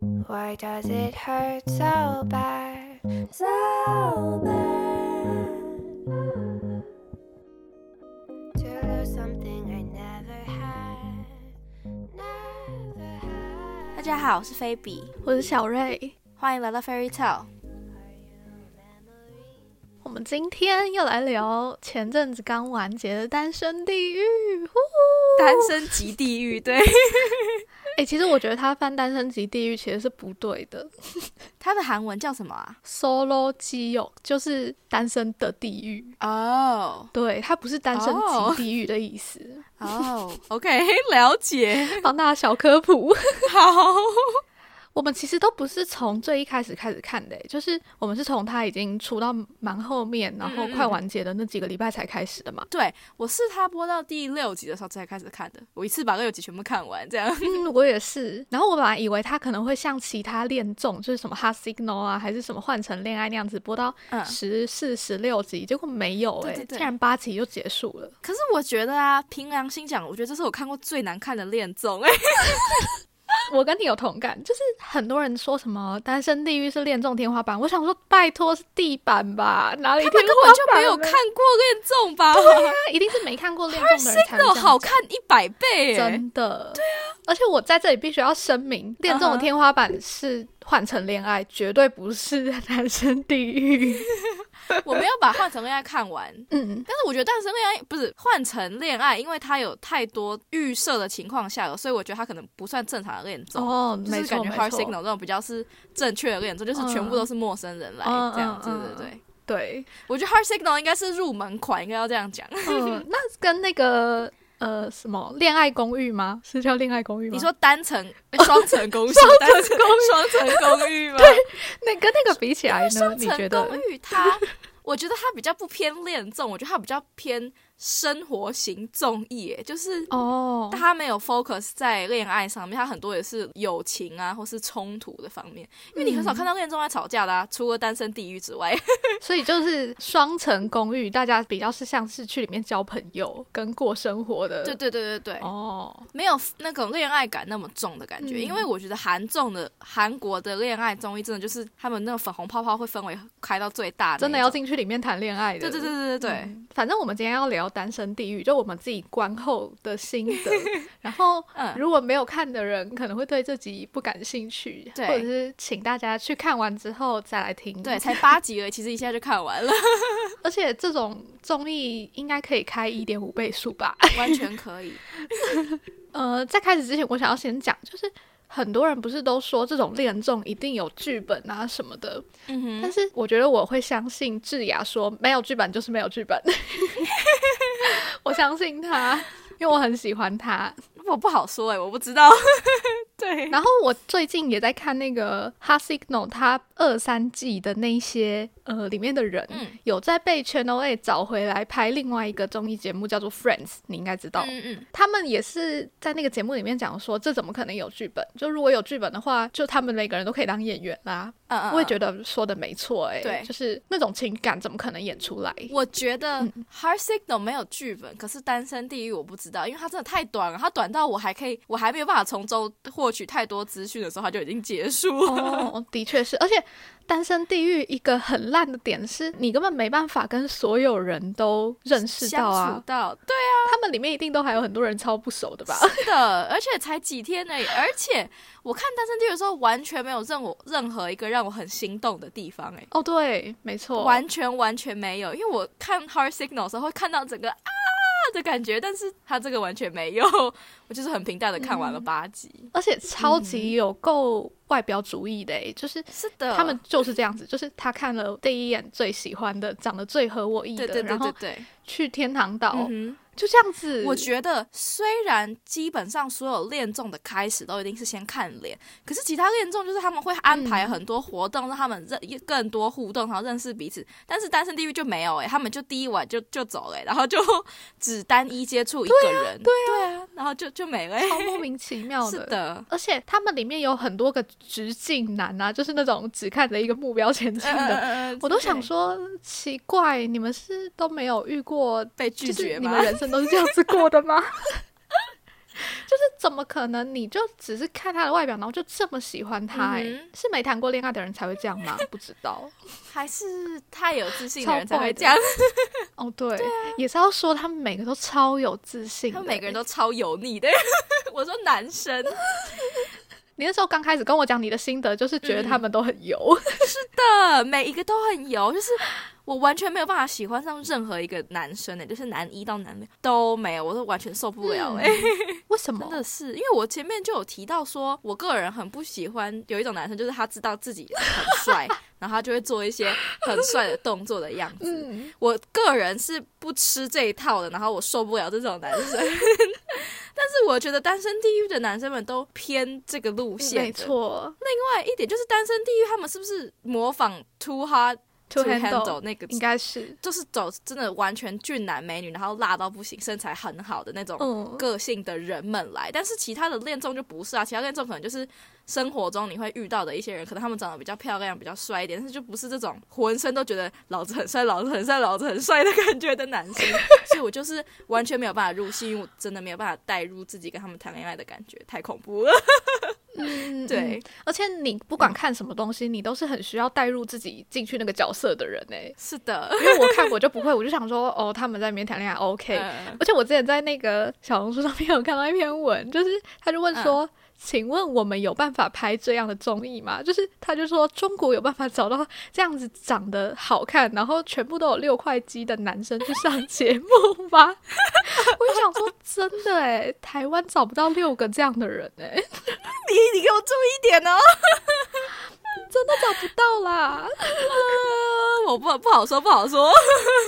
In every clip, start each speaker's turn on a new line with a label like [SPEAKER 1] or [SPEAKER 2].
[SPEAKER 1] Why does it hurt so bad?
[SPEAKER 2] So bad.
[SPEAKER 1] To lose something I never had. Never had.
[SPEAKER 2] 大家好，我是菲比，
[SPEAKER 3] 我是小瑞。
[SPEAKER 2] 欢迎来到 Fairy Tale。
[SPEAKER 3] 我们今天要来聊前阵子刚完结的《单身地狱》呼呼。
[SPEAKER 2] 单身即地狱，对
[SPEAKER 3] 哎、其实我觉得他翻《单身级地狱》其实是不对的。
[SPEAKER 2] 它的韩文叫什么啊？
[SPEAKER 3] Solo 基友就是单身的地狱，
[SPEAKER 2] 哦
[SPEAKER 3] 对，它不是单身
[SPEAKER 2] 哦
[SPEAKER 3] 级地狱的意思。
[SPEAKER 2] 哦，OK，了解。
[SPEAKER 3] 帮大家哦小科普，
[SPEAKER 2] 好，
[SPEAKER 3] 我们其实都不是从最一开始开始看的，欸就是我们是从他已经出到蛮后面，然后快完结的那几个礼拜才开始的嘛。
[SPEAKER 2] 对我是他播到第六集的时候才开始看的，我一次把六集全部看完，这样。
[SPEAKER 3] 嗯，我也是。然后我本来以为他可能会像其他恋综，就是什么《Hot Signal》啊，还是什么《换成恋爱》那样子播到
[SPEAKER 2] 嗯
[SPEAKER 3] 十四、十六集，结果没有哎、
[SPEAKER 2] 对对对
[SPEAKER 3] 竟然八集就结束了。
[SPEAKER 2] 可是我觉得啊，凭良心讲，我觉得这是我看过最难看的恋综。哎，
[SPEAKER 3] 我跟你有同感，就是很多人说什么《单身地狱》是恋综天花板，我想说拜托是地板吧，哪里
[SPEAKER 2] 他
[SPEAKER 3] 天
[SPEAKER 2] 们根啊本
[SPEAKER 3] 花
[SPEAKER 2] 就
[SPEAKER 3] 板
[SPEAKER 2] 没有
[SPEAKER 3] 了
[SPEAKER 2] 看过恋综吧？
[SPEAKER 3] 他一定是没看过恋综的人才会
[SPEAKER 2] 那
[SPEAKER 3] 这
[SPEAKER 2] 种
[SPEAKER 3] 样
[SPEAKER 2] 好
[SPEAKER 3] 讲
[SPEAKER 2] 看一百倍，哎，
[SPEAKER 3] 真的，对啊。而且我在这里必须要声明，恋综的
[SPEAKER 2] 嗯
[SPEAKER 3] 天花板是换成恋爱，绝对不是 单身地狱。
[SPEAKER 2] 我没有把《换成恋爱》看完，
[SPEAKER 3] 嗯，
[SPEAKER 2] 但是我觉得《单身恋爱》不是《换成恋爱》，因为它有太多预设的情况下了，所以我觉得它可能不算正常的恋综。
[SPEAKER 3] 哦，
[SPEAKER 2] 就
[SPEAKER 3] 没
[SPEAKER 2] 是感
[SPEAKER 3] 错
[SPEAKER 2] 觉
[SPEAKER 3] 没
[SPEAKER 2] hard
[SPEAKER 3] 错
[SPEAKER 2] signal 这种比较是正确的恋综，就是全部都是陌生人来
[SPEAKER 3] 嗯
[SPEAKER 2] 这样，对
[SPEAKER 3] 嗯
[SPEAKER 2] 对
[SPEAKER 3] 嗯
[SPEAKER 2] 对。
[SPEAKER 3] 对，
[SPEAKER 2] 我觉得 hard signal 应该是入门款，应该要这样讲。
[SPEAKER 3] 嗯，那跟那个呃什么恋爱公寓吗？是叫恋爱公寓吗？
[SPEAKER 2] 你说单层、 诶双层公寓、单层公寓、双层公寓吗？
[SPEAKER 3] 那跟那个比起来呢？你觉
[SPEAKER 2] 哦双层
[SPEAKER 3] 得？
[SPEAKER 2] 公寓它，我觉得它比较不偏恋综，我觉得它比较偏生活型综艺，诶就是
[SPEAKER 3] 哦
[SPEAKER 2] 但，他没有 focus 在恋爱上面，他很多也是友情啊，或是冲突的方面。因为你很少看到恋综在吵架的啊，除了《单身地狱》之外。
[SPEAKER 3] 所以就是双层公寓，大家比较是像是去里面交朋友跟过生活的。
[SPEAKER 2] 对对对对对，
[SPEAKER 3] 哦，
[SPEAKER 2] 没有那种恋爱感那么重的感觉。
[SPEAKER 3] 嗯
[SPEAKER 2] 因为我觉得韩综的韩国的恋爱综艺，真的就是他们那个粉红泡泡会氛围开到最大那一种，
[SPEAKER 3] 真的要进去里面谈恋爱的。
[SPEAKER 2] 对。对对对对对，
[SPEAKER 3] 嗯反正我们今天要聊《单身地狱》，就我们自己观后的心 得。然后，
[SPEAKER 2] 嗯
[SPEAKER 3] 如果没有看的人，可能会对这集不感兴趣，
[SPEAKER 2] 对
[SPEAKER 3] 或者是请大家去看完之后再来听。
[SPEAKER 2] 对，才八集而已，其实一下就看完 了，
[SPEAKER 3] 而且这种综艺应该可以开一点五倍速吧？
[SPEAKER 2] 完全可以。
[SPEAKER 3] 呃，在开始之前，我想要先讲，就是很多人不是都说这种恋综一定有剧本啊什么的，
[SPEAKER 2] 嗯哼，
[SPEAKER 3] 但是我觉得我会相信智雅说没有剧本就是没有剧本， 我相信他，因为我很喜欢他。
[SPEAKER 2] 我不好说哎、我不知道。 对，
[SPEAKER 3] 然后我最近也在看那个《Hot Signal》，它二三季的那一些呃里面的人，
[SPEAKER 2] 嗯
[SPEAKER 3] 有在被 Channel A 找回来拍另外一个综艺节目，叫做《Friends》，你应该知道。
[SPEAKER 2] 嗯嗯，
[SPEAKER 3] 他们也是在那个节目里面讲说，这怎么可能有剧本？就如果有剧本的话，就他们每个人都可以当演员啦。
[SPEAKER 2] 嗯嗯，
[SPEAKER 3] 我也
[SPEAKER 2] 得。
[SPEAKER 3] 觉得说的没错、欸，
[SPEAKER 2] 对
[SPEAKER 3] 就是那种情感怎么可能演出来？
[SPEAKER 2] 我觉得
[SPEAKER 3] 嗯
[SPEAKER 2] 《Hard Signal》没有剧本，可是《单身地狱》我不知道，因为它真的太短了，它短到我还可以，我还没有办法从中获取太多资讯的时候，它就已经结束了。
[SPEAKER 3] 哦，的确是，而且《单身地狱》一个很烂的点是，你根本没办法跟所有人都认识到
[SPEAKER 2] 相处
[SPEAKER 3] 啊。
[SPEAKER 2] 到对
[SPEAKER 3] 他们里面一定都还有很多人超不熟的吧？
[SPEAKER 2] 的，而且才几天而已。而且我看《单身地狱》的时候，完全没有任我任何一个让我很心动的地方、哎，
[SPEAKER 3] 哦，对，没错，
[SPEAKER 2] 完全完全没有。因为我看《Hard Signal》的时候会看到整个啊的感觉，但是它这个完全没有， 我就是很平淡的看完
[SPEAKER 3] 嗯
[SPEAKER 2] 了八集。
[SPEAKER 3] 而且超
[SPEAKER 2] 嗯
[SPEAKER 3] 级有够外表主义的、欸，就是
[SPEAKER 2] 是的，
[SPEAKER 3] 他们就是这样子，就是他看了第一眼最喜欢的，长得最合我意的，
[SPEAKER 2] 对对对
[SPEAKER 3] 然
[SPEAKER 2] 对
[SPEAKER 3] 后
[SPEAKER 2] 对，
[SPEAKER 3] 去天堂岛，
[SPEAKER 2] 嗯哼
[SPEAKER 3] 就这样子。
[SPEAKER 2] 我觉得，虽然基本上所有恋综的开始都一定是先看脸，可是其他恋综就是他们会安排很多活动，让他们认更多互动，然后认识彼此。但是《单身地狱》就没有诶、欸他们就第一晚就就走了欸、然后就 只单一接触一个人，对啊，然后就就没了欸、
[SPEAKER 3] 超莫名其妙
[SPEAKER 2] 是的，
[SPEAKER 3] 而且他们里面有很多个直径男啊，就是那种只看着一个目标前
[SPEAKER 2] 嗯
[SPEAKER 3] 进
[SPEAKER 2] 嗯
[SPEAKER 3] 的。
[SPEAKER 2] 嗯嗯
[SPEAKER 3] 我都想
[SPEAKER 2] 对
[SPEAKER 3] 说，奇怪，你们是都没有遇过
[SPEAKER 2] 被
[SPEAKER 3] 就
[SPEAKER 2] 拒
[SPEAKER 3] 是
[SPEAKER 2] 绝
[SPEAKER 3] 你
[SPEAKER 2] 吗
[SPEAKER 3] 们？人生都是这样子过的吗？ 就是怎么可能？你就只是看他的外表，然后就这么喜欢他、欸？
[SPEAKER 2] 嗯哼
[SPEAKER 3] 是没谈过恋爱的人才会这样吗？不知道。
[SPEAKER 2] 还是太有自信的人
[SPEAKER 3] 超
[SPEAKER 2] 才
[SPEAKER 3] 怪
[SPEAKER 2] 会
[SPEAKER 3] 的
[SPEAKER 2] 这样，
[SPEAKER 3] 哦，对，也是要说他们每个都超有自信的
[SPEAKER 2] 啊他
[SPEAKER 3] 欸。
[SPEAKER 2] 们每个人都超油腻的。 我说男生，
[SPEAKER 3] 你那时候刚开始跟我讲你的心得，就是觉得他
[SPEAKER 2] 嗯
[SPEAKER 3] 们都很油。
[SPEAKER 2] 的每一个都很油，就是我完全没有办法喜欢上任何一个男生呢、就是男一到男六都没有，我都完全受不 了
[SPEAKER 3] 嗯
[SPEAKER 2] 哎、
[SPEAKER 3] 为什么
[SPEAKER 2] 真？的是，因为我前面就有提到说，我个人很不喜欢有一种男生，就是他知道自己很帅， 然后他就会做一些很帅的动作的样子。
[SPEAKER 3] 嗯，
[SPEAKER 2] 我个人是不吃这一套的，然后我受不了这种男生。 但是我觉得单身地狱的男生们都偏这个路线，
[SPEAKER 3] 嗯没。错
[SPEAKER 2] 另外一点就是单身地狱，他们是不是模仿 Too Hard
[SPEAKER 3] ，to
[SPEAKER 2] Handle
[SPEAKER 3] handle
[SPEAKER 2] 那个
[SPEAKER 3] 应该是，
[SPEAKER 2] 就是走真的完全俊男美女，然后辣到不行，身材很好的那种
[SPEAKER 3] 嗯，
[SPEAKER 2] 个性的人们来，但是其他的恋综就不是啊，其他恋综可能就是生活中你会遇到的一些人，可能他们长得比较漂亮、比较帅一点，但是就不是这种浑身都觉得老子很帅、老子很帅、老子很帅的感觉的男生， 所以我就是完全没有办法入戏，因为我真的没有办法带入自己跟他们谈恋爱的感觉，太恐怖了。
[SPEAKER 3] 嗯，
[SPEAKER 2] 对嗯
[SPEAKER 3] 嗯，而且你不管看什么东西，你都是很需要带入自己进去那个角色的人哎、
[SPEAKER 2] 是的，
[SPEAKER 3] 因为我看我就不会，我就想说，哦，他们在里面谈恋爱，OK。
[SPEAKER 2] 嗯
[SPEAKER 3] 而且我之前在那个小红书上面有看到一篇文，就是他就问说，请问我们有办法拍这样的综艺吗？就是他就说中国有办法找到这样子长得好看，然后全部都有六块肌的男生去上节目吗？ 我就想说，真的哎，台湾找不到六个这样的人哎，
[SPEAKER 2] 你你给我注意一点哦，
[SPEAKER 3] 真的找不到啦。
[SPEAKER 2] 我不不好说，不好说。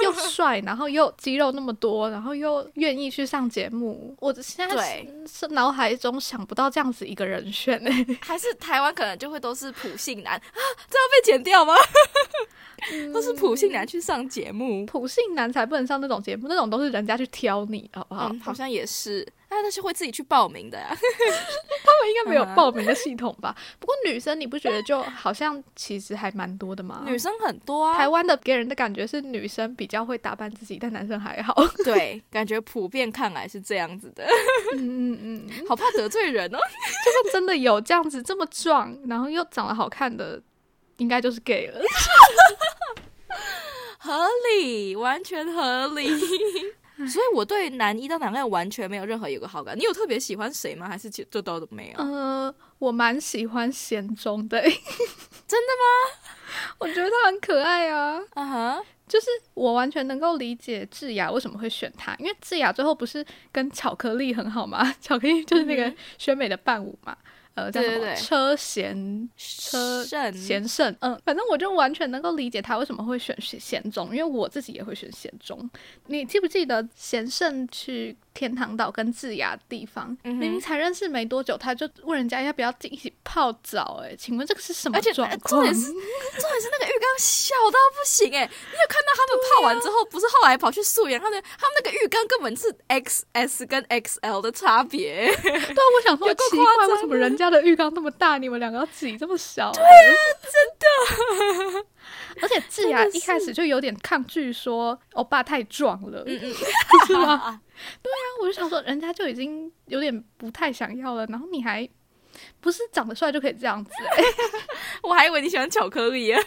[SPEAKER 3] 又帅，然后又肌肉那么多，然后又愿意去上节目，我现在
[SPEAKER 2] 对
[SPEAKER 3] 是是脑海中想不到这样子一个人选哎、
[SPEAKER 2] 还是台湾可能就会都是普信男 啊，这要被剪掉吗？ 都是普信男去上节目，
[SPEAKER 3] 普信男才不能上那种节目，那种都是人家去挑你，好不好？
[SPEAKER 2] 嗯，好像也是，哎，那是会自己去报名的呀、
[SPEAKER 3] 他们应该没有报名的系统吧？不过女生，你不觉得就好像其实还蛮多的吗？
[SPEAKER 2] 女生很多啊，
[SPEAKER 3] 台湾的给人的感觉是女生比较会打扮自己，但男生还好。
[SPEAKER 2] 对，感觉普遍看来是这样子的，
[SPEAKER 3] 嗯嗯 嗯，
[SPEAKER 2] 好怕得罪人哦。
[SPEAKER 3] 但真的有这样子这么壮，然后又长得好看的，应该就是 gay 了。
[SPEAKER 2] 合理，完全合理。 所以我对男一到男二完全没有任何有个好感。你有特别喜欢谁吗？还是就就都没有？
[SPEAKER 3] 呃，我蛮喜欢贤忠的、 真的吗？我觉得他很可爱啊，
[SPEAKER 2] 啊哈，
[SPEAKER 3] 就是我完全能够理解智雅为什么会选他，因为智雅最后不是跟巧克力很好吗？ 巧克力就是那
[SPEAKER 2] 嗯
[SPEAKER 3] 个
[SPEAKER 2] 哼
[SPEAKER 3] 选美的伴舞嘛。呃，叫什
[SPEAKER 2] 对
[SPEAKER 3] 么
[SPEAKER 2] 对对
[SPEAKER 3] 车贤车
[SPEAKER 2] 胜
[SPEAKER 3] 贤胜，嗯，反正我就完全能够理解他为什么会选贤贤忠，因为我自己也会选贤忠。你记不记得贤胜去天堂岛跟智雅的地方，
[SPEAKER 2] 嗯哼
[SPEAKER 3] 明明才认识没多久，他就问人家要不要一起泡澡、哎，请问这个是什么
[SPEAKER 2] 而且
[SPEAKER 3] 状
[SPEAKER 2] 呃重
[SPEAKER 3] 况？
[SPEAKER 2] 点是，重点是那个浴缸小到不行哎、你有看到他们泡完之后，不是后来跑去素颜，他们他们那个浴缸根本是 XS 跟 XL 的差别、
[SPEAKER 3] 对啊，我想说
[SPEAKER 2] 有够
[SPEAKER 3] 奇
[SPEAKER 2] 夸张
[SPEAKER 3] 怪，
[SPEAKER 2] 的
[SPEAKER 3] 为什么人家的浴缸那么大，你们两个要挤这么小、对啊，真的。而 且智雅
[SPEAKER 2] 真的是
[SPEAKER 3] 一开始就有点抗拒说欧巴太壮了，
[SPEAKER 2] 嗯嗯，
[SPEAKER 3] 是吗？对啊，我就想说人家就已经有点不太想要了，然后你还不是长得帅就可以这样子、 哎
[SPEAKER 2] 我还以为你喜欢巧克力啊，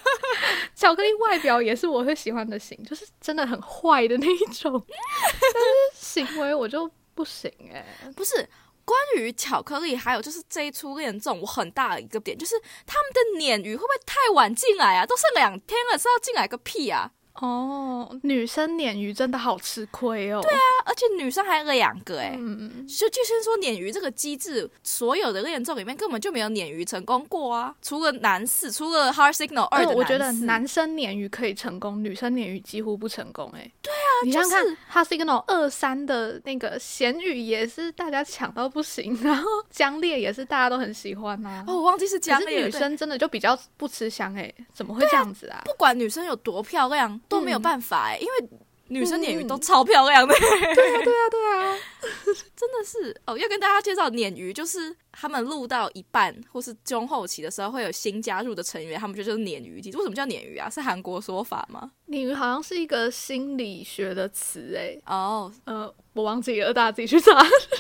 [SPEAKER 3] 巧克力外表也是我会喜欢的型，就是真的很坏的那一种， 但是行为我就不行哎、
[SPEAKER 2] 不是。关于巧克力，还有就是这一出恋综，我很大的一个点就是他们的鲶鱼会不会太晚进来啊？都剩两天了，是要进来个屁啊！
[SPEAKER 3] 哦，女生鲶鱼真的好吃亏哦。对啊，
[SPEAKER 2] 啊而且女生还有两个哎、
[SPEAKER 3] 嗯，
[SPEAKER 2] 就就先说鲶鱼这个机制，所有的恋综里面根本就没有鲶鱼成功过啊，除了男四，除了 Hard Signal 二
[SPEAKER 3] 而
[SPEAKER 2] 的
[SPEAKER 3] 哦我觉得
[SPEAKER 2] 四
[SPEAKER 3] 男生鲶鱼可以成功，女生鲶鱼几乎不成功、欸。哎，对啊，你
[SPEAKER 2] 就
[SPEAKER 3] 想想看，
[SPEAKER 2] 是
[SPEAKER 3] 它是一个那种二三的那个咸鱼，也是大家抢到不行， 然后江烈也是大家都很喜欢呐、啊。
[SPEAKER 2] 哦，我忘记是
[SPEAKER 3] 可
[SPEAKER 2] 江
[SPEAKER 3] 是
[SPEAKER 2] 烈了
[SPEAKER 3] 女
[SPEAKER 2] 对
[SPEAKER 3] 生真的就比较不吃香哎、怎么会这样子啊？
[SPEAKER 2] 不管女生有多漂亮都欸没有办法哎、因为女生鲶鱼
[SPEAKER 3] 嗯
[SPEAKER 2] 都超漂亮的，
[SPEAKER 3] 对啊，对啊，对啊，
[SPEAKER 2] 真的是哦，要跟大家介绍鲶鱼，就是他们录到一半或是中后期的时候，会有新加入的成员，他们就就是鲶鱼。其实为什么叫鲶鱼啊？是韩国说法吗？
[SPEAKER 3] 鲶鱼好像是一个心理学的词诶、
[SPEAKER 2] 哦、
[SPEAKER 3] 呃，我忘记了，大家自己去查。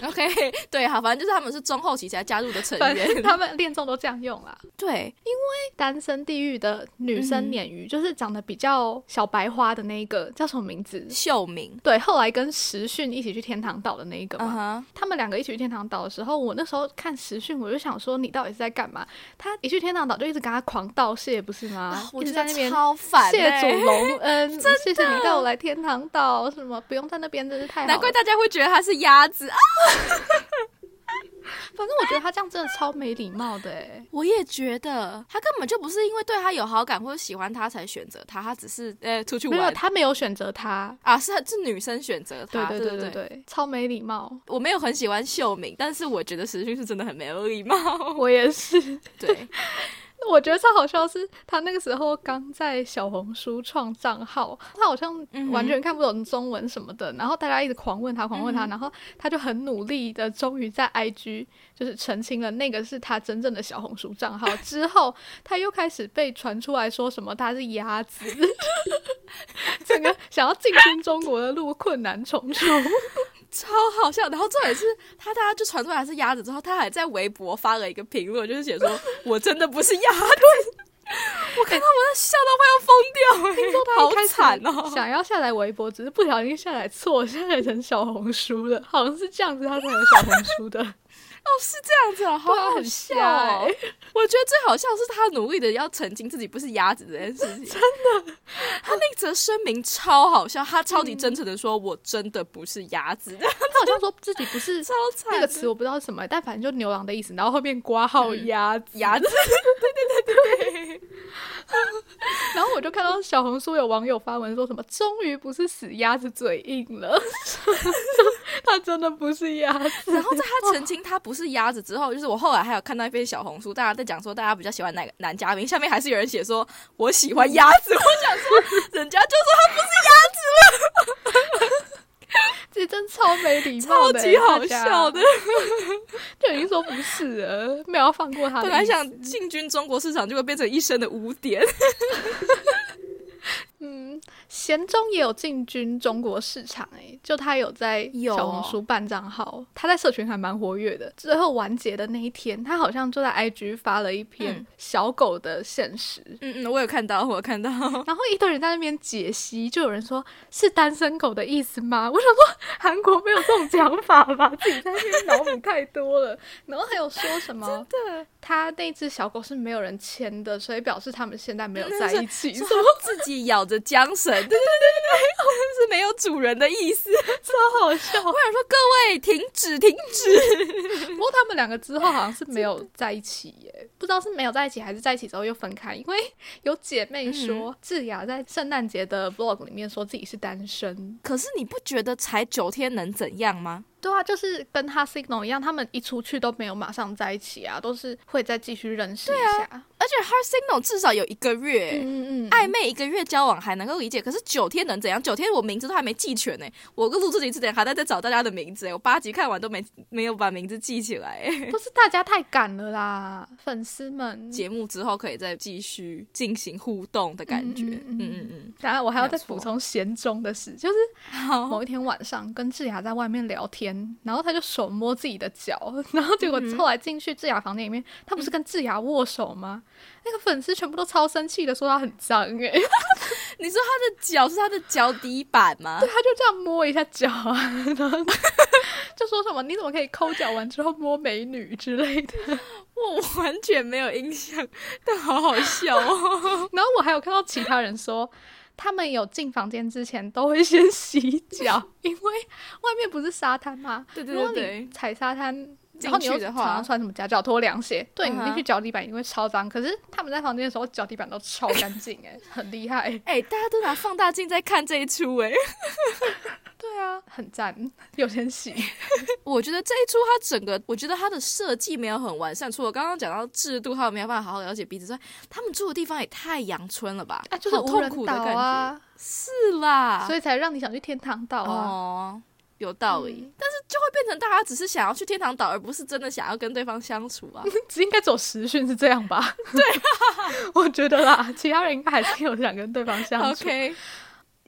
[SPEAKER 2] o k 对，好，反正就是他们是中后期才加入的成
[SPEAKER 3] 反正
[SPEAKER 2] 员。
[SPEAKER 3] 他们恋综都这样用啦。
[SPEAKER 2] 对，
[SPEAKER 3] 单身地狱的女
[SPEAKER 2] 嗯
[SPEAKER 3] 生
[SPEAKER 2] 哼
[SPEAKER 3] 鲶鱼，就是长得比较小白花的那一个，叫什么名字？
[SPEAKER 2] 秀明，
[SPEAKER 3] 对，后来跟时讯一起去天堂岛的那一个
[SPEAKER 2] 嗯
[SPEAKER 3] 嘛。
[SPEAKER 2] 哼，
[SPEAKER 3] 他们两个一起去天堂岛的时候，我那时候看时讯，我就想说你到底是在干嘛？他一去天堂岛就一直跟他狂道谢，不是吗？
[SPEAKER 2] 啊，我
[SPEAKER 3] 一
[SPEAKER 2] 觉
[SPEAKER 3] 直
[SPEAKER 2] 得
[SPEAKER 3] 在那边
[SPEAKER 2] 超烦、
[SPEAKER 3] 谢
[SPEAKER 2] 欸，
[SPEAKER 3] 主隆恩，谢谢你带我来天堂岛，什么不用在那边，真是太好了
[SPEAKER 2] 难怪大家会觉得他是鸭子啊！
[SPEAKER 3] 反正我觉得他这样真的超没礼貌的哎。
[SPEAKER 2] 我也觉得他根本就不是因为对他有好感或者喜欢他才选择他，他只是呃出去
[SPEAKER 3] 没有，
[SPEAKER 2] 玩
[SPEAKER 3] 他没有选择他。
[SPEAKER 2] 啊，是是女生选择
[SPEAKER 3] 对
[SPEAKER 2] 他，
[SPEAKER 3] 对
[SPEAKER 2] 对
[SPEAKER 3] 对
[SPEAKER 2] 对
[SPEAKER 3] 对，超没礼貌。
[SPEAKER 2] 我没有很喜欢秀敏，但是我觉得时讯是真的很没有礼貌。
[SPEAKER 3] 我也是，
[SPEAKER 2] 对，
[SPEAKER 3] 我觉得超好笑的是，他那个时候刚在小红书创账号，他好像
[SPEAKER 2] 嗯哼
[SPEAKER 3] 完全看不懂中文什么的，然后大家一直狂问他，狂问他，
[SPEAKER 2] 嗯哼
[SPEAKER 3] 然后他就很努力的，终于在 IG 就是澄清了那个是他真正的小红书账号之后，他又开始被传出来说什么他是鸭子， 整个想要进军中国的路困难重重。
[SPEAKER 2] 超好笑。然后重点是他大家就传出来是鸭子之后，他还在微博发了一个评论，就是写 说我真的不是鸭子。 我看到 我在笑到快要疯掉、欸，听说
[SPEAKER 3] 他一开
[SPEAKER 2] 好
[SPEAKER 3] 始
[SPEAKER 2] 惨哦、
[SPEAKER 3] 想要下载微博，只是不小心下载错，下载成小红书了，好像是这样子，他才有小红书的。
[SPEAKER 2] 哦，是这样子哦，好
[SPEAKER 3] 对啊
[SPEAKER 2] 好
[SPEAKER 3] 很
[SPEAKER 2] 笑、
[SPEAKER 3] 瞎
[SPEAKER 2] 哦
[SPEAKER 3] 欸
[SPEAKER 2] 我觉得最好笑的是他努力的要澄清自己不是鸭子这件事情，真的。嗯他那则声明超好笑，他超级真诚的说：“我真的不是鸭子。
[SPEAKER 3] 他好像说自己不是
[SPEAKER 2] 超惨的
[SPEAKER 3] 那个词，我不知道是什么，但反正就牛郎的意思。然后后面挂号嗯鸭子，
[SPEAKER 2] 鸭子。
[SPEAKER 3] 然后我就看到小红书有网友发文说什么“终于不是死鸭子嘴硬 了”，他真的不是鸭子。
[SPEAKER 2] 然后在他澄清他不是鸭子之后，就是我后来还有看到一篇小红书，大家在讲说大家比较喜欢哪个男嘉宾，下面还是有人写说我喜欢鸭子，我想说人家就说
[SPEAKER 3] 这真超没礼
[SPEAKER 2] 他
[SPEAKER 3] 貌
[SPEAKER 2] 超
[SPEAKER 3] 的欸，
[SPEAKER 2] 级好
[SPEAKER 3] 大家
[SPEAKER 2] 笑的，，
[SPEAKER 3] 就已经说不是了，没有要放过他的意
[SPEAKER 2] 本
[SPEAKER 3] 思。
[SPEAKER 2] 来想进军中国市场，就会变成一生的污点。
[SPEAKER 3] 嗯，贤中也有进军中国市场诶、就他有在
[SPEAKER 2] 有
[SPEAKER 3] 小红书办账号，他在社群还蛮活跃的。最后完结的那一天，他好像就在 IG 发了一篇
[SPEAKER 2] 嗯
[SPEAKER 3] 小狗的现实，
[SPEAKER 2] 嗯嗯，我有看到，我有看到。
[SPEAKER 3] 然后一堆人在那边解析，就有人说是单身狗的意思吗？ 我想说韩国没有这种讲法吧， 自己在那边脑补太多了。然后还有说什么，
[SPEAKER 2] 对，
[SPEAKER 3] 他那只小狗是没有人牵的，所以表示他们现在没有
[SPEAKER 2] 真的
[SPEAKER 3] 在
[SPEAKER 2] 是
[SPEAKER 3] 一起。
[SPEAKER 2] 说他自己咬着缰绳，对对对对对，是没有主人的意思。我
[SPEAKER 3] 超好笑，
[SPEAKER 2] 想说各位停止停止，
[SPEAKER 3] 不过他们两个之后好像是没有在一起耶，不知道是没有在一起还是在一起之后又分开，因为 有姐妹说智雅在圣诞节的 vlog 里面说自己是单身。
[SPEAKER 2] 可是你不觉得才九天能怎样吗？
[SPEAKER 3] 对啊，就是跟她 signal 一样，他们一出去都没有马上在一起啊，都是会再继续认识一下。
[SPEAKER 2] 而且 Her Signal 至少有一个月、
[SPEAKER 3] 啊嗯嗯嗯，
[SPEAKER 2] 暧昧一个月交往还能够理解，可是九天能怎样？九天我名字都还没记全呢、我跟录制一次前还在在找大家的名字、欸，我八集看完都没没有把名字记起来、欸。
[SPEAKER 3] 都是大家太赶了啦，粉丝们。
[SPEAKER 2] 节目之后可以再继续进行互动的感觉，
[SPEAKER 3] 嗯嗯嗯
[SPEAKER 2] 嗯
[SPEAKER 3] 嗯
[SPEAKER 2] 嗯嗯，
[SPEAKER 3] 当然，我还要再
[SPEAKER 2] 没有错
[SPEAKER 3] 补充贤中的事，就是
[SPEAKER 2] 好，
[SPEAKER 3] 某一天晚上跟智雅在外面聊天，然后他就手摸自己的脚， 然后结果
[SPEAKER 2] 嗯
[SPEAKER 3] 后来进去智雅房间里面，他不是跟智雅握手吗？那个粉丝全部都超生气的，说他很脏
[SPEAKER 2] 嗯
[SPEAKER 3] 诶、欸，
[SPEAKER 2] 你说他的脚是他的脚底板吗？
[SPEAKER 3] 他就这样摸一下脚啊， 然后就说什么你怎么可以抠脚完之后摸美女之类的。
[SPEAKER 2] 我完全没有印象，但好好笑哦。
[SPEAKER 3] 然后我还有看到其他人说。他们有进房间之前都会先洗脚， 因为外面不是沙滩吗？
[SPEAKER 2] 对对
[SPEAKER 3] 如果
[SPEAKER 2] 对对
[SPEAKER 3] 你踩沙滩，
[SPEAKER 2] 进
[SPEAKER 3] 然后你又
[SPEAKER 2] 去的
[SPEAKER 3] 常
[SPEAKER 2] 话
[SPEAKER 3] 常穿什么夹脚拖 凉鞋，对你
[SPEAKER 2] 嗯哼
[SPEAKER 3] 进去脚底板一定会超脏。可是他们在房间的时候，脚底板都超干净，哎， 很厉害。
[SPEAKER 2] 哎、大家都拿放大镜在看这一出、哎，
[SPEAKER 3] 对啊，很赞， 有先洗。
[SPEAKER 2] 我觉得这一出它整个，我觉得它的设计没有很完善，除了刚刚讲到制度，还有没有办法好好了解彼此之外，他们住的地方也太阳春了吧？
[SPEAKER 3] 啊，就是
[SPEAKER 2] 好
[SPEAKER 3] 无
[SPEAKER 2] 哎痛
[SPEAKER 3] 人
[SPEAKER 2] 苦
[SPEAKER 3] 岛
[SPEAKER 2] 的感觉，
[SPEAKER 3] 啊，
[SPEAKER 2] 是啦，
[SPEAKER 3] 所
[SPEAKER 2] 以
[SPEAKER 3] 以才让你想去天堂岛啊。
[SPEAKER 2] 哦。有道理，
[SPEAKER 3] 嗯
[SPEAKER 2] 但是就会变成大家只是想要去天堂岛，而不是真的想要跟对方相处啊。
[SPEAKER 3] 只应该走实训是这样 吧？对、 我觉得啦，其他人应该还是有想跟对方相 处。
[SPEAKER 2] OK，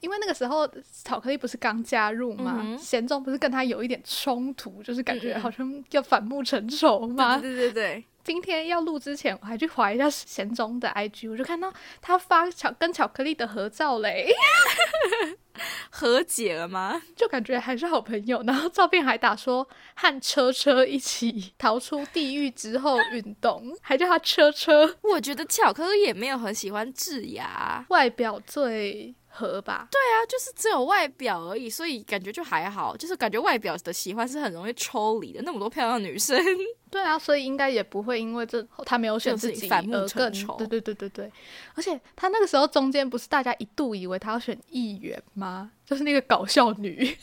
[SPEAKER 3] 因为那个时候巧克力不是刚加入嘛，
[SPEAKER 2] 嗯哼
[SPEAKER 3] 贤重不是跟他有一点冲突，就是感觉
[SPEAKER 2] 嗯嗯
[SPEAKER 3] 好像要反目成仇嘛。
[SPEAKER 2] 对对对对，
[SPEAKER 3] 今天要录之前，我还去划一下贤宗的 IG，我就看到他发巧跟巧克力的合照嘞，
[SPEAKER 2] 和解了吗？
[SPEAKER 3] 就感觉还是好朋友。然后照片还打说和车车一起逃出地狱之后运动，还叫他车车，
[SPEAKER 2] 我觉得巧克力也没有很喜欢智雅，
[SPEAKER 3] 外表最合吧？对，
[SPEAKER 2] 对啊，就是只有外表而已，所以感觉就还好，就是感觉外表的喜欢是很容易抽离的。那么多漂亮女生，
[SPEAKER 3] 对啊，所以应该也不会因为这他没有选自
[SPEAKER 2] 就
[SPEAKER 3] 己
[SPEAKER 2] 是反目
[SPEAKER 3] 而
[SPEAKER 2] 成
[SPEAKER 3] 更
[SPEAKER 2] 仇
[SPEAKER 3] 对对对对对，而且他那个时候中间不是大家一度以为他要选议员吗？就是那个搞笑女。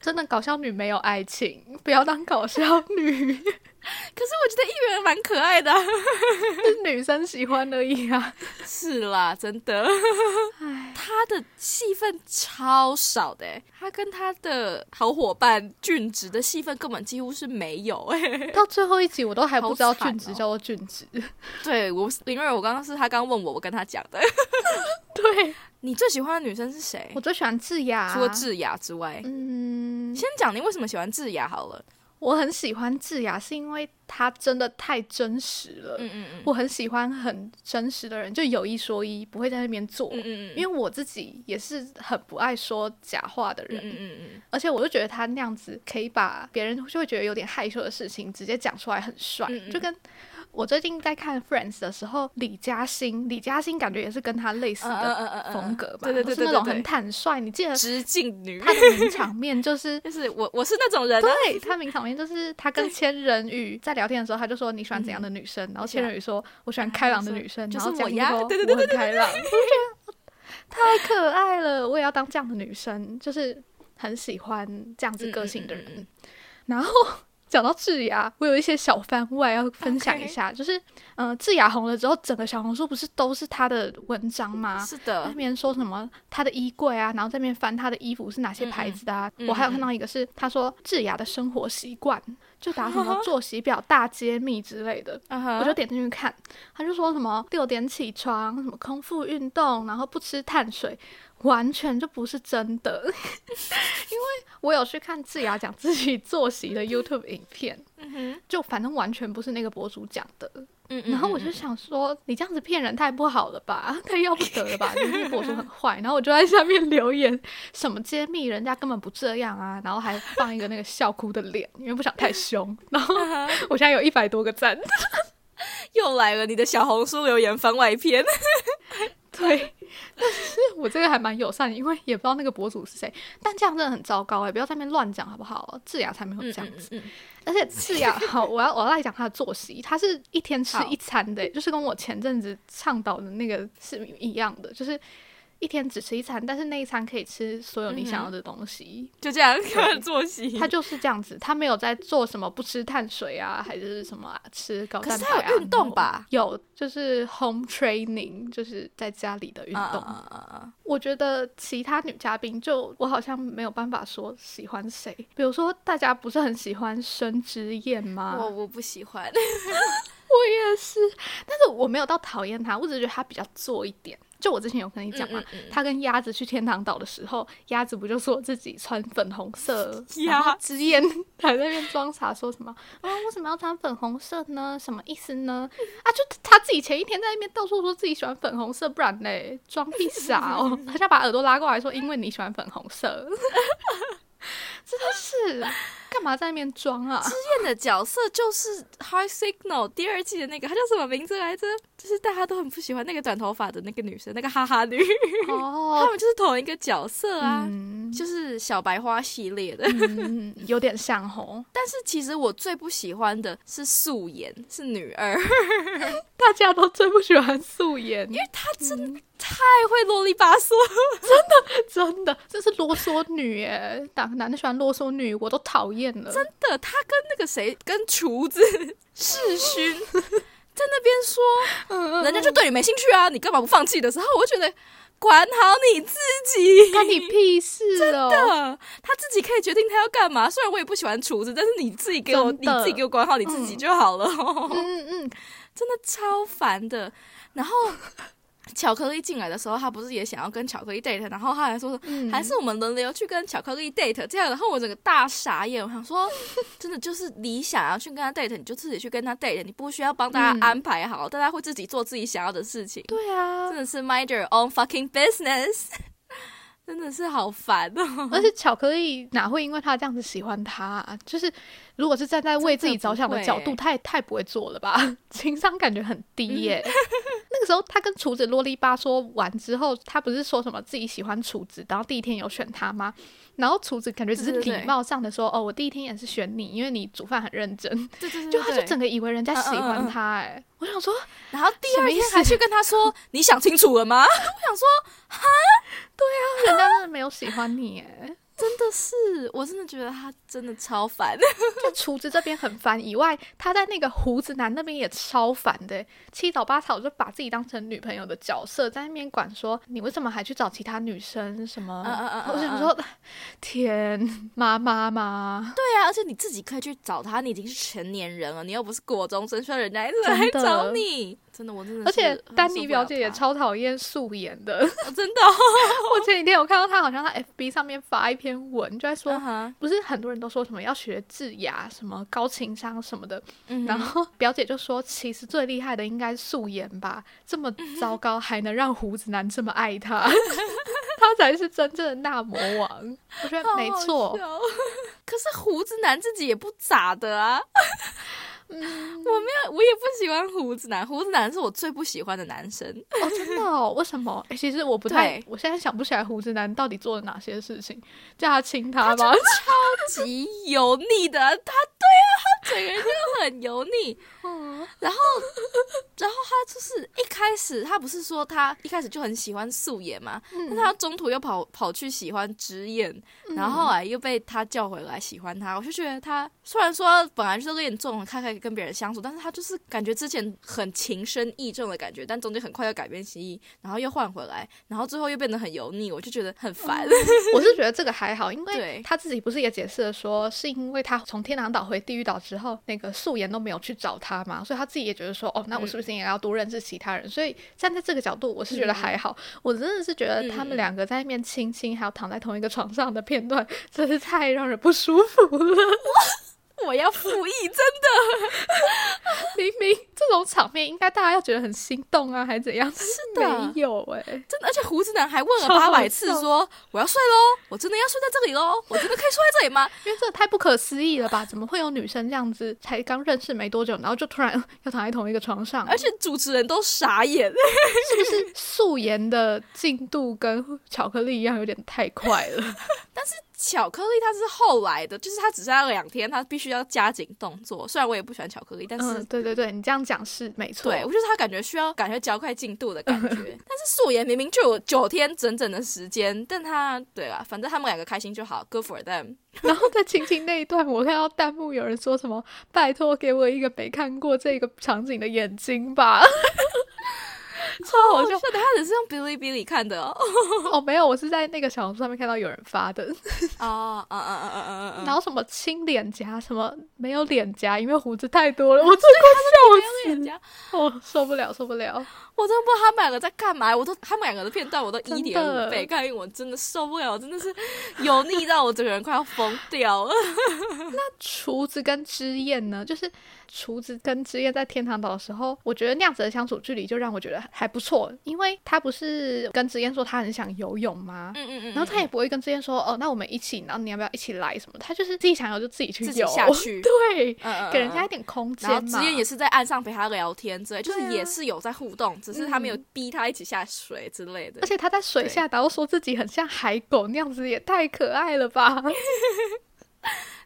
[SPEAKER 3] 真的搞笑女没有爱情，不要当搞笑女，
[SPEAKER 2] 可是我觉得议员蛮可爱的啊、
[SPEAKER 3] 是女生喜欢而已啊。
[SPEAKER 2] 是啦，真的，他的戏份超少的欸，他跟他的好伙伴俊植的戏份根本几乎是没有哎。
[SPEAKER 3] 到最后一集我都还不知道
[SPEAKER 2] 好惨哦
[SPEAKER 3] 俊植叫做俊植，
[SPEAKER 2] 对我林瑞，我刚刚是他刚问我，我跟他讲的。
[SPEAKER 3] 对
[SPEAKER 2] 你最喜欢的女生是谁
[SPEAKER 3] 我？最喜欢智雅，啊
[SPEAKER 2] 除了智雅之外，
[SPEAKER 3] 嗯，
[SPEAKER 2] 先讲你为什么喜欢智雅好了。
[SPEAKER 3] 我很喜欢智雅，是因为她真的太真实了。
[SPEAKER 2] 嗯嗯嗯，
[SPEAKER 3] 我很喜欢很真实的人，就有一说一，不会在那边做。
[SPEAKER 2] 嗯嗯嗯，
[SPEAKER 3] 因为我自己也是很不爱说假话的
[SPEAKER 2] 嗯
[SPEAKER 3] 人，
[SPEAKER 2] 嗯嗯嗯，
[SPEAKER 3] 而且我就觉得他那样子可以把别人就会觉得有点害羞的事情直接讲出来，很帅。
[SPEAKER 2] 嗯嗯
[SPEAKER 3] 就跟我最近在看《Friends》的时候，李嘉欣，李嘉欣感觉也是跟他类似的
[SPEAKER 2] 嗯嗯
[SPEAKER 3] 风格吧，
[SPEAKER 2] 对对
[SPEAKER 3] 都
[SPEAKER 2] 对
[SPEAKER 3] 是
[SPEAKER 2] 对
[SPEAKER 3] 那
[SPEAKER 2] 对
[SPEAKER 3] 种很
[SPEAKER 2] 对，
[SPEAKER 3] 坦率。你记得
[SPEAKER 2] 直径女，
[SPEAKER 3] 他的名场面就是。
[SPEAKER 2] 就是我我是那种人啊，
[SPEAKER 3] 对他名场面就是他跟千人宇在聊天的时候，他就说你喜欢怎样的女生，然后千人宇说我喜欢开朗的女
[SPEAKER 2] 嗯
[SPEAKER 3] 生，
[SPEAKER 2] 啊就
[SPEAKER 3] 然
[SPEAKER 2] 是
[SPEAKER 3] 后
[SPEAKER 2] 我
[SPEAKER 3] 江一
[SPEAKER 2] 呀
[SPEAKER 3] 说
[SPEAKER 2] 对对
[SPEAKER 3] 我很开朗，我就觉得太可爱了，我也要当这样的女生，就是很喜欢这样子个性的人。
[SPEAKER 2] 嗯嗯嗯嗯
[SPEAKER 3] 然后讲到智雅，我有一些小番外要分享一下就是嗯、呃智雅红了之后，整个小红书不是都是她的文章吗？
[SPEAKER 2] 是
[SPEAKER 3] 在那
[SPEAKER 2] 的，
[SPEAKER 3] 边说什么他的衣柜啊，然后在那边翻他的衣服是哪些牌子的啊。
[SPEAKER 2] 嗯嗯
[SPEAKER 3] 我还有看到一个是他说智雅的生活习惯，就打什么作息表大揭秘之类的。
[SPEAKER 2] 嗯哼
[SPEAKER 3] 我就点进去看，他就说什么六点起床，什么空腹运动，然后不吃碳水，完全就不是真的。 因为我有去看智雅讲自己作息的 YouTube 影片，
[SPEAKER 2] 嗯哼
[SPEAKER 3] 就反正完全不是那个博主讲的。
[SPEAKER 2] 嗯嗯，
[SPEAKER 3] 然后我就
[SPEAKER 2] 嗯
[SPEAKER 3] 想说，你这样子骗人太不好了吧，太要不得了吧，你这个博主 很坏。然后我就在下面留言，什么揭秘人家根本不这样啊，然后还放一个那个笑哭的脸，因为不想太凶。然后
[SPEAKER 2] 嗯
[SPEAKER 3] 我现在有一百多个赞，
[SPEAKER 2] 又来了你的小红书留言番外篇，
[SPEAKER 3] 对。但是我这个还蛮友善的，因为也不知道那个博主是谁。但这样真的很糟糕哎、不要在那边乱讲好不好？智雅才没有这样子。
[SPEAKER 2] 嗯，嗯嗯
[SPEAKER 3] 而且智雅， 好，我要我要来讲她的作息，她是一天吃
[SPEAKER 2] 好
[SPEAKER 3] 一餐的，就是跟我前阵子倡导的那个是一样的，就是一天只吃一餐，但是那一餐可以吃所有你想要的东西。
[SPEAKER 2] 就这样看作息。
[SPEAKER 3] 她就是这样子，她没有在做什么不吃碳水啊，还是什么啊、吃高
[SPEAKER 2] 可
[SPEAKER 3] 蛋
[SPEAKER 2] 是
[SPEAKER 3] 白、
[SPEAKER 2] 他
[SPEAKER 3] 啊。
[SPEAKER 2] 有运动吧？
[SPEAKER 3] 有，就是 home training，就是在家里的运
[SPEAKER 2] 运
[SPEAKER 3] 动。
[SPEAKER 2] 啊啊啊！
[SPEAKER 3] 我觉得其他女嘉宾就我好像没有办法说喜欢谁，比如说大家不是很喜欢申之燕吗？
[SPEAKER 2] 我我不喜欢，，
[SPEAKER 3] 我也是，但是我没有到讨厌他，我只是觉得他比较作一点。就我之前有跟你讲嘛，他跟鸭子去天堂岛的时候，鸭子不就说自己穿粉红色
[SPEAKER 2] 鸭
[SPEAKER 3] 然后之燕还在那边装傻说什么啊？为什么要穿粉红色呢？什么意思呢？啊，就他自己前一天在那边到处说自己喜欢粉红色，不然嘞，装屁傻哦！他就把耳朵拉过来说，因为你喜欢粉红色， 真的是干嘛在那边装啊？
[SPEAKER 2] 之燕的角色就是《High Signal》第二季的那个，她叫什么名字来着？就是大家都很不喜欢那个短头发的那个女生，那个哈哈女，
[SPEAKER 3] 哦，
[SPEAKER 2] 他们就是同一个角色啊，
[SPEAKER 3] 嗯
[SPEAKER 2] 就是小白花系列的。
[SPEAKER 3] 嗯，有点像哦吼。
[SPEAKER 2] 但是其实我最不喜欢的是素颜，是女二，
[SPEAKER 3] 大家都最不喜欢素颜，因为
[SPEAKER 2] 她真的太会啰里吧嗦。
[SPEAKER 3] 真的这是啰嗦女耶，哪个男的喜欢啰嗦女，我都讨厌了。真
[SPEAKER 2] 的，他跟那个谁，跟厨 子世勋
[SPEAKER 3] 嗯
[SPEAKER 2] 在那边说，人家就对你没兴趣啊，你干嘛不放弃的时候，我就觉得管好你自己，
[SPEAKER 3] 关你屁事哦！
[SPEAKER 2] 的， 他自己可以决定他要干嘛。虽然我也不喜欢厨子，但是你自己给我，
[SPEAKER 3] 真
[SPEAKER 2] 你
[SPEAKER 3] 的
[SPEAKER 2] 自己给我管好你自己就好了。
[SPEAKER 3] 嗯嗯
[SPEAKER 2] 真的超烦的。然后巧克力进来的时候，他不是也想要跟巧克力 date，然后他还说
[SPEAKER 3] 嗯，
[SPEAKER 2] 还是我们轮流去跟巧克力 date 这样，然后我整个大傻眼，我想说， 真的就是你想要去跟他 date，你就自己去跟他 date，你不需要帮大
[SPEAKER 3] 嗯
[SPEAKER 2] 家安排好，大家会自己做自己想要的事情。
[SPEAKER 3] 对啊
[SPEAKER 2] 真，的是 mind your own fucking business，真的是好烦哦。
[SPEAKER 3] 而且巧克力哪会因为他这样子喜欢他啊、就是如果是站在为自己着想的角
[SPEAKER 2] 真的
[SPEAKER 3] 度，
[SPEAKER 2] 不会欸
[SPEAKER 3] 太太不会做了吧？ 情商感觉很低耶、
[SPEAKER 2] 嗯
[SPEAKER 3] 那个时候他跟厨子啰里吧嗦完之后，他不是说什么自己喜欢厨子，然后第一天有选他吗？然后厨子感觉只是
[SPEAKER 2] 对对对
[SPEAKER 3] 礼貌上的说：“哦，我第一天也是选你，因为你煮饭很认真。
[SPEAKER 2] 对对对
[SPEAKER 3] 就他就
[SPEAKER 2] 对
[SPEAKER 3] 整个以为人家喜
[SPEAKER 2] 嗯嗯嗯
[SPEAKER 3] 欢
[SPEAKER 2] 嗯
[SPEAKER 3] 他哎、我想说
[SPEAKER 2] 然后第
[SPEAKER 3] 什
[SPEAKER 2] 二
[SPEAKER 3] 么意
[SPEAKER 2] 天
[SPEAKER 3] 思
[SPEAKER 2] 还去跟他说，你想清楚了吗？
[SPEAKER 3] 人家真的没有喜欢你哎、
[SPEAKER 2] 真的是，我真的觉得他真的超烦。
[SPEAKER 3] 就厨子这边很烦以外，他在那个胡子男那边也超烦的，欸七早八早就把自己当成女朋友的角色，在那边管说你为什么还去找其他女生什么？
[SPEAKER 2] 嗯嗯嗯嗯
[SPEAKER 3] 我想说，天妈妈吗？
[SPEAKER 2] 对啊，而且你自己可以去找他，你已经是成年人了，你又不是国中生，需要人家一直来
[SPEAKER 3] 真的
[SPEAKER 2] 找你。真的，我真的是
[SPEAKER 3] 而且
[SPEAKER 2] 很
[SPEAKER 3] 丹
[SPEAKER 2] 受
[SPEAKER 3] 妮
[SPEAKER 2] 不
[SPEAKER 3] 表
[SPEAKER 2] 了
[SPEAKER 3] 姐也
[SPEAKER 2] 他
[SPEAKER 3] 超讨厌素颜的。
[SPEAKER 2] 哦 真的哦、
[SPEAKER 3] 我前几天有看到她好像在 FB 上面发一篇文，就在说
[SPEAKER 2] 嗯哼
[SPEAKER 3] 不是很多人都说什么要学智雅、什么高情商什么的，
[SPEAKER 2] 嗯哼
[SPEAKER 3] 然后表姐就说，其实最厉害的应该是素颜吧，这
[SPEAKER 2] 嗯
[SPEAKER 3] 么糟糕还能让胡子男这么爱 她，她才是真正的大魔王。我觉得没
[SPEAKER 2] 好好
[SPEAKER 3] 错，
[SPEAKER 2] 笑哦。可是胡子男自己也不咋的啊，
[SPEAKER 3] 嗯，
[SPEAKER 2] 我没有，我也不喜欢胡子男，胡子男是我最不喜欢的男生。
[SPEAKER 3] 哦，真的哦，为什么？诶其实我不太
[SPEAKER 2] 对，
[SPEAKER 3] 我现在想不起来胡子男到底做了哪些事情，叫他亲他吧。
[SPEAKER 2] 极油腻的，他对啊，他整个人就很油腻。然后，然后他就是一开始他不是说他一开始就很喜欢素颜嘛，但是他中途又跑跑去喜欢直眼，然后后来又被他叫回来喜欢他。我就觉得他虽然说本来就是恋重，他可以跟别人相处，但是他就是感觉之前很情深意重的感觉，但中间很快又改变心意，然后又换回来，然后最后又变得很油腻，我就觉得很烦。
[SPEAKER 3] 我是觉得这个还好，因为
[SPEAKER 2] 对
[SPEAKER 3] 他自己不是也解释了说，是因为他从天堂岛回地狱岛之后，那个素颜都没有去找他嘛，所以他自己也觉得说，哦，那我是不是应该要多认识其他人？所以站在这个角度，我是觉得还好。
[SPEAKER 2] 嗯
[SPEAKER 3] 我真的是觉得他们两个在那边亲亲，还有躺在同一个床上的片段，真是太让人不舒服了。
[SPEAKER 2] 我要复议，真
[SPEAKER 3] 明明这种场面应该大家要觉得很心动啊，还怎样？是
[SPEAKER 2] 的
[SPEAKER 3] 没有哎、
[SPEAKER 2] 真的，而且胡子男还问了
[SPEAKER 3] 超好
[SPEAKER 2] 八百次
[SPEAKER 3] 笑
[SPEAKER 2] 说：“我要睡喽，我真的要睡在这里喽，我真的可以睡在这里吗
[SPEAKER 3] 因为这太不可思议了吧？怎么会有女生这样子，才刚认识没多久，然后就突然 要躺在同一个床？”上？
[SPEAKER 2] 而且主持人都傻眼，
[SPEAKER 3] 是不是素颜的进度跟巧克力一样有点太快了？
[SPEAKER 2] 巧克力它是后来的，就是它只剩下两天，它必须要加紧动作。虽然我也不喜欢巧克力， 但是、
[SPEAKER 3] 嗯，对对对，你这样讲是没错。
[SPEAKER 2] 对我就是它感觉需要赶快加快进度的感觉。但是素颜明明就有九天整整的时间，但他对啦，反正他们两个开心就好，Good for them。
[SPEAKER 3] 然后在亲亲那一段，我看到弹幕有人说什么“拜托给我一个没看过这个场景的眼睛吧
[SPEAKER 2] 超好笑的，他只是用哔哩哔哩看 的哦。”
[SPEAKER 3] 哦，没有，我是在那个小红书上面看到有人发的，
[SPEAKER 2] 哦，嗯嗯嗯嗯嗯嗯，
[SPEAKER 3] 然后什么亲脸颊，什么没有脸颊，因为胡子太多了，我真
[SPEAKER 2] 人
[SPEAKER 3] 的快笑
[SPEAKER 2] 家
[SPEAKER 3] 死，我受不了，受不了。
[SPEAKER 2] 我真的不知道他们两个在干嘛，我都他们两个的片段我都
[SPEAKER 3] 真
[SPEAKER 2] 一
[SPEAKER 3] 的
[SPEAKER 2] 点五倍看，因为我真的受不了，我真的是油腻到我整个人快要疯掉 了。
[SPEAKER 3] 厨子跟之燕呢，就是厨子跟之燕在天堂岛的时候，我觉得那样子的相处距离就让我觉得还不错，因为他不是跟之燕说他很想游泳吗？
[SPEAKER 2] 嗯嗯嗯，
[SPEAKER 3] 然后他也不会跟之燕说哦，那我们一起，然后你要不要一起来什么？他就是自己想游就自己去游，
[SPEAKER 2] 自己下去
[SPEAKER 3] 对，
[SPEAKER 2] 嗯嗯嗯
[SPEAKER 3] 给人家一点空间
[SPEAKER 2] 然后
[SPEAKER 3] 嘛。
[SPEAKER 2] 之燕也是在岸上陪他聊天之类，就
[SPEAKER 3] 对啊嗯
[SPEAKER 2] 是也是有在互动，只是他没有逼他一起下水之类的
[SPEAKER 3] 而。且他在水下，然后说自己很像海狗那样子，也太可爱了吧！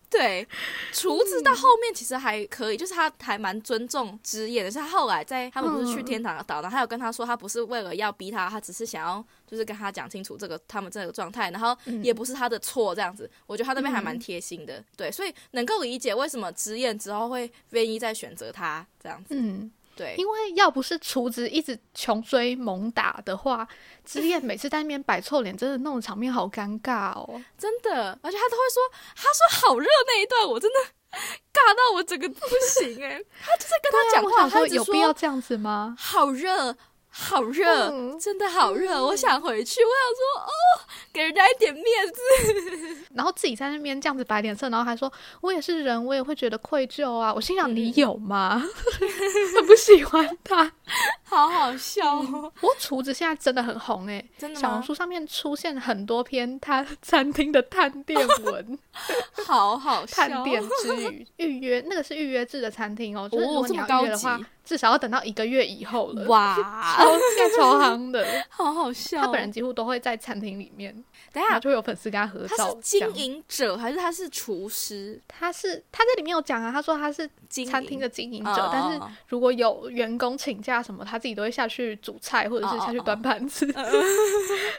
[SPEAKER 2] 对，厨子
[SPEAKER 3] 嗯
[SPEAKER 2] 到后面其实还可以，就是他还蛮尊重之夜的。是他后来在他们不是
[SPEAKER 3] 嗯
[SPEAKER 2] 去天堂岛，然后他有跟他说，他不是为了要逼他，他只是想要就是跟他讲清楚这个他们这个状态，然后
[SPEAKER 3] 嗯
[SPEAKER 2] 也不是他的错这样子。我觉得他那边还蛮贴心的，对，所以能够理解为什么之夜之后会愿意再选择他这样子。
[SPEAKER 3] 嗯，
[SPEAKER 2] 对，
[SPEAKER 3] 因为要不是厨子一直穷追猛打的话，之恋每次在那边摆臭脸，真的弄得场面好尴尬哦。
[SPEAKER 2] 真的，而且他都会说，他说好热那一段，我真的尬到我整个不行 哎、他就是跟他讲
[SPEAKER 3] 对啊我
[SPEAKER 2] 话，
[SPEAKER 3] 想
[SPEAKER 2] 他
[SPEAKER 3] 说
[SPEAKER 2] 一直
[SPEAKER 3] 有必要这样子吗？
[SPEAKER 2] 好热，好热，
[SPEAKER 3] 嗯
[SPEAKER 2] 真的好热，我想回去。我想说，哦，给人家一点面子。
[SPEAKER 3] 然后自己在那边这样子摆脸色，然后还说我也是人，我也会觉得愧疚啊。我心想
[SPEAKER 2] 嗯
[SPEAKER 3] 你有吗？ 很不喜欢他。
[SPEAKER 2] 好好笑哦，
[SPEAKER 3] 不过厨子现在嗯真的很红诶、
[SPEAKER 2] 真的
[SPEAKER 3] 小红
[SPEAKER 2] 吗？
[SPEAKER 3] 书上面出现很多篇他餐厅的探店文、
[SPEAKER 2] 好好笑，
[SPEAKER 3] 探店之旅、预约，那个是预约制的餐厅哦，就是如
[SPEAKER 2] 哦
[SPEAKER 3] 果
[SPEAKER 2] 这
[SPEAKER 3] 你
[SPEAKER 2] 么
[SPEAKER 3] 要预约的
[SPEAKER 2] 高级
[SPEAKER 3] 话，至少要等到一个月以后了。
[SPEAKER 2] 哇，
[SPEAKER 3] 超现在超夯的，
[SPEAKER 2] 好好笑。 哦
[SPEAKER 3] 他本人几乎都会在餐厅里面，
[SPEAKER 2] 等一
[SPEAKER 3] 然后
[SPEAKER 2] 下，
[SPEAKER 3] 就会有粉丝跟他合
[SPEAKER 2] 他
[SPEAKER 3] 照
[SPEAKER 2] 是。
[SPEAKER 3] 这样
[SPEAKER 2] 经营者还是他是厨师？
[SPEAKER 3] 他是他在里面有讲啊，他说他是
[SPEAKER 2] 经营
[SPEAKER 3] 餐厅的经营
[SPEAKER 2] 哦
[SPEAKER 3] 者，但是
[SPEAKER 2] 哦
[SPEAKER 3] 如果有员工请假什么，他自己都会下去煮菜或者
[SPEAKER 2] 哦
[SPEAKER 3] 是下去端盘子，
[SPEAKER 2] 嗯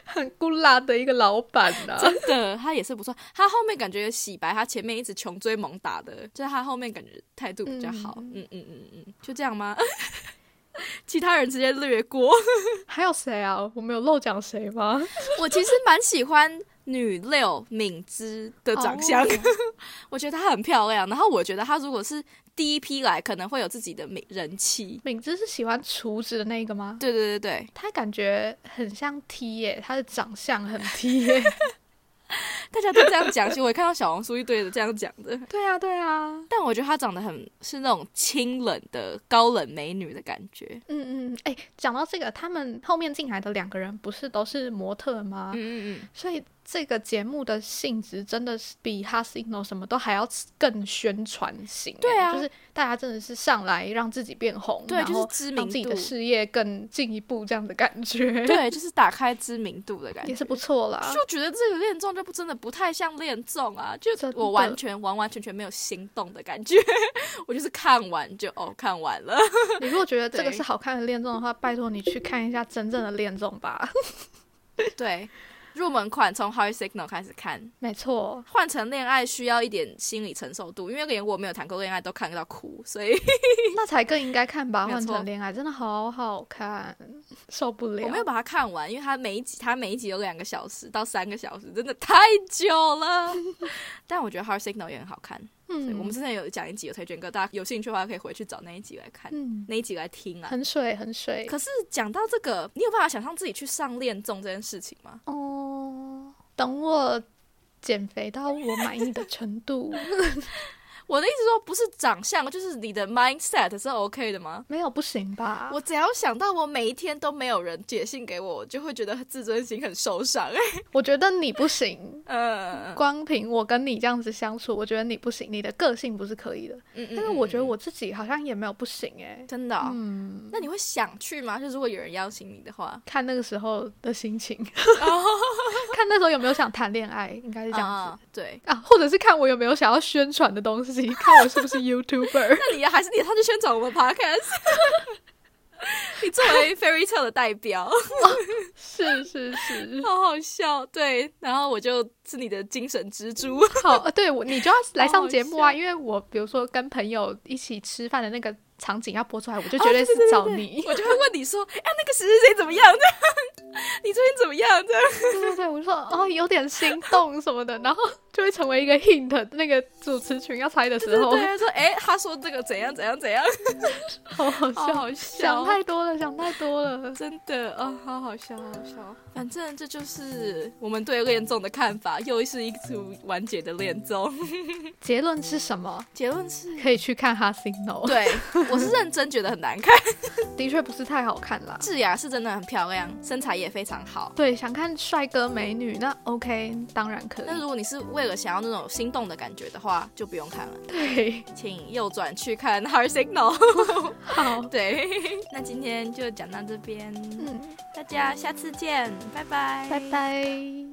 [SPEAKER 3] 很孤辣的一个老板呐、啊。
[SPEAKER 2] 真的，他也是不错。他后面感觉洗白，他前面一直穷追猛打的，就是他后面感觉态度比较好。
[SPEAKER 3] 嗯
[SPEAKER 2] 嗯嗯嗯嗯，就这样吗？ 其他人直接略过。
[SPEAKER 3] 还有谁啊？我们有漏讲谁 吗？
[SPEAKER 2] 我其实蛮喜欢女六敏之的长相
[SPEAKER 3] 哦
[SPEAKER 2] 我觉得她很漂亮。然后我觉得她如果是第一批来，可能会有自己的美人气。
[SPEAKER 3] 敏芝是喜欢厨子的那个吗？
[SPEAKER 2] 对对对对，
[SPEAKER 3] 他感觉很像 T 耶、他的长相很 T 耶、
[SPEAKER 2] 大家都这样讲，其实我也看到小红书一堆的这样讲 的。
[SPEAKER 3] 对啊，对啊，
[SPEAKER 2] 但我觉得她长得很是那种清冷的高冷美女的感觉。
[SPEAKER 3] 嗯嗯，哎、讲到这个，他们后面进来的两个人不是都是模特吗？
[SPEAKER 2] 嗯嗯嗯，
[SPEAKER 3] 所以这个节目的性质真的是比《哈 signal》什么都还要更宣传型欸。
[SPEAKER 2] 对啊
[SPEAKER 3] 就是大家真的是上来让自己变红，
[SPEAKER 2] 对，啊
[SPEAKER 3] 然
[SPEAKER 2] 就是
[SPEAKER 3] 后
[SPEAKER 2] 知名
[SPEAKER 3] 让自己
[SPEAKER 2] 度
[SPEAKER 3] 的，事业更进一步这样的感觉。，
[SPEAKER 2] 对，就是打开知名度的感觉，
[SPEAKER 3] 也是不 错啦。
[SPEAKER 2] 就觉得这个恋综就不真的不太像恋综啊，就
[SPEAKER 3] 真的
[SPEAKER 2] 我完全完完全全没有心动的感觉， 我就是看完就哦看完 了，
[SPEAKER 3] 你如果觉得这个
[SPEAKER 2] 对
[SPEAKER 3] 是好看的恋综的话，拜托你去看一下真正的恋综吧。
[SPEAKER 2] 对，入门款从 High Signal 开始看，
[SPEAKER 3] 没错，
[SPEAKER 2] 换成恋爱需要一点心理承受度，因为连我没有谈过恋爱都看到哭，所以
[SPEAKER 3] 那才更应该看 吧。
[SPEAKER 2] 没有
[SPEAKER 3] 换
[SPEAKER 2] 错
[SPEAKER 3] 成恋爱真的好好看，受不了。
[SPEAKER 2] 我没有把它看完，因为它每一集它每一集有两个小时到三个小时，真的太久 了。但我觉得 High Signal 也很好看，所以
[SPEAKER 3] 嗯，
[SPEAKER 2] 我们之前有讲一集有推荐歌，大家有兴趣的话可以回去找那一集来看，
[SPEAKER 3] 嗯，
[SPEAKER 2] 那一集来听啊。
[SPEAKER 3] 很水很水。
[SPEAKER 2] 可是讲到这个，你有办法想象自己去上恋综这件事情吗？
[SPEAKER 3] 哦，等我减肥到我满意的程度，
[SPEAKER 2] 我的意思说，不是长相，就是你的 mindset 是 OK 的吗？
[SPEAKER 3] 没有不行吧？
[SPEAKER 2] 我只要想到我每一天都没有人写信给我，我就会觉得自尊心很受 伤。哎，
[SPEAKER 3] 我觉得你不行，
[SPEAKER 2] 嗯
[SPEAKER 3] 光凭我跟你这样子相处，我觉得你不行，你的个性不是可以的。
[SPEAKER 2] 嗯
[SPEAKER 3] 但是我觉得我自己好像也没有不行哎、
[SPEAKER 2] 真的哦、
[SPEAKER 3] 嗯，
[SPEAKER 2] 那你会想去吗？就如果有人邀请你的话，
[SPEAKER 3] 看那个时候的心情， 看那时候有没有想谈恋爱，应该是
[SPEAKER 2] 这
[SPEAKER 3] 这样子。
[SPEAKER 2] 对。
[SPEAKER 3] 啊，或者是看我有没有想要宣传的东西，看我是不是 YouTuber。
[SPEAKER 2] 那你还是你，他就宣传我们 podcast。你作为 fairy tale 的代 表，
[SPEAKER 3] 是是是，
[SPEAKER 2] 好好笑。对，然后我就是你的精神支柱。
[SPEAKER 3] 好，呃对我你就要来
[SPEAKER 2] 好
[SPEAKER 3] 上
[SPEAKER 2] 好
[SPEAKER 3] 节目啊，
[SPEAKER 2] 笑
[SPEAKER 3] 因为我比如说跟朋友一起吃饭的那个场景要播出来，我就
[SPEAKER 2] 哦
[SPEAKER 3] 绝
[SPEAKER 2] 对
[SPEAKER 3] 是
[SPEAKER 2] 对对
[SPEAKER 3] 找
[SPEAKER 2] 对
[SPEAKER 3] 你。
[SPEAKER 2] 我就会问你说，哎、那个谁谁谁怎么样？这样，你最近怎么样？这样，
[SPEAKER 3] 对对对，我就说哦，有点心动什么的，然后就会成为一个 hint，那个主持群要猜的时候
[SPEAKER 2] 对，，他说，哎、他说这个怎样怎样怎样，
[SPEAKER 3] 好 好
[SPEAKER 2] 好
[SPEAKER 3] 笑。
[SPEAKER 2] 好
[SPEAKER 3] 想
[SPEAKER 2] 笑，
[SPEAKER 3] 太多了，想太多了。
[SPEAKER 2] 真的啊、哦，好好笑，好好笑。反正这就是我们对恋综的看法，又是一组完结的恋综。
[SPEAKER 3] 结论是什么？
[SPEAKER 2] 结论是，
[SPEAKER 3] 可以去看《哈 signal》，
[SPEAKER 2] 对我是认真觉得很难看。
[SPEAKER 3] 的确不是太好看啦。
[SPEAKER 2] 智雅是真的很漂亮，身材也非常好。
[SPEAKER 3] 对，想看帅哥美女，那 OK，当然可
[SPEAKER 2] 但
[SPEAKER 3] 以。
[SPEAKER 2] 如果你是为了想要那种心动的感觉的话，就不用看了，
[SPEAKER 3] 对，
[SPEAKER 2] 请右转去看《Hard Signal》。
[SPEAKER 3] 好，
[SPEAKER 2] 对， 那今天就讲到这边，
[SPEAKER 3] 嗯，
[SPEAKER 2] 大家下次见，拜拜，
[SPEAKER 3] 拜拜。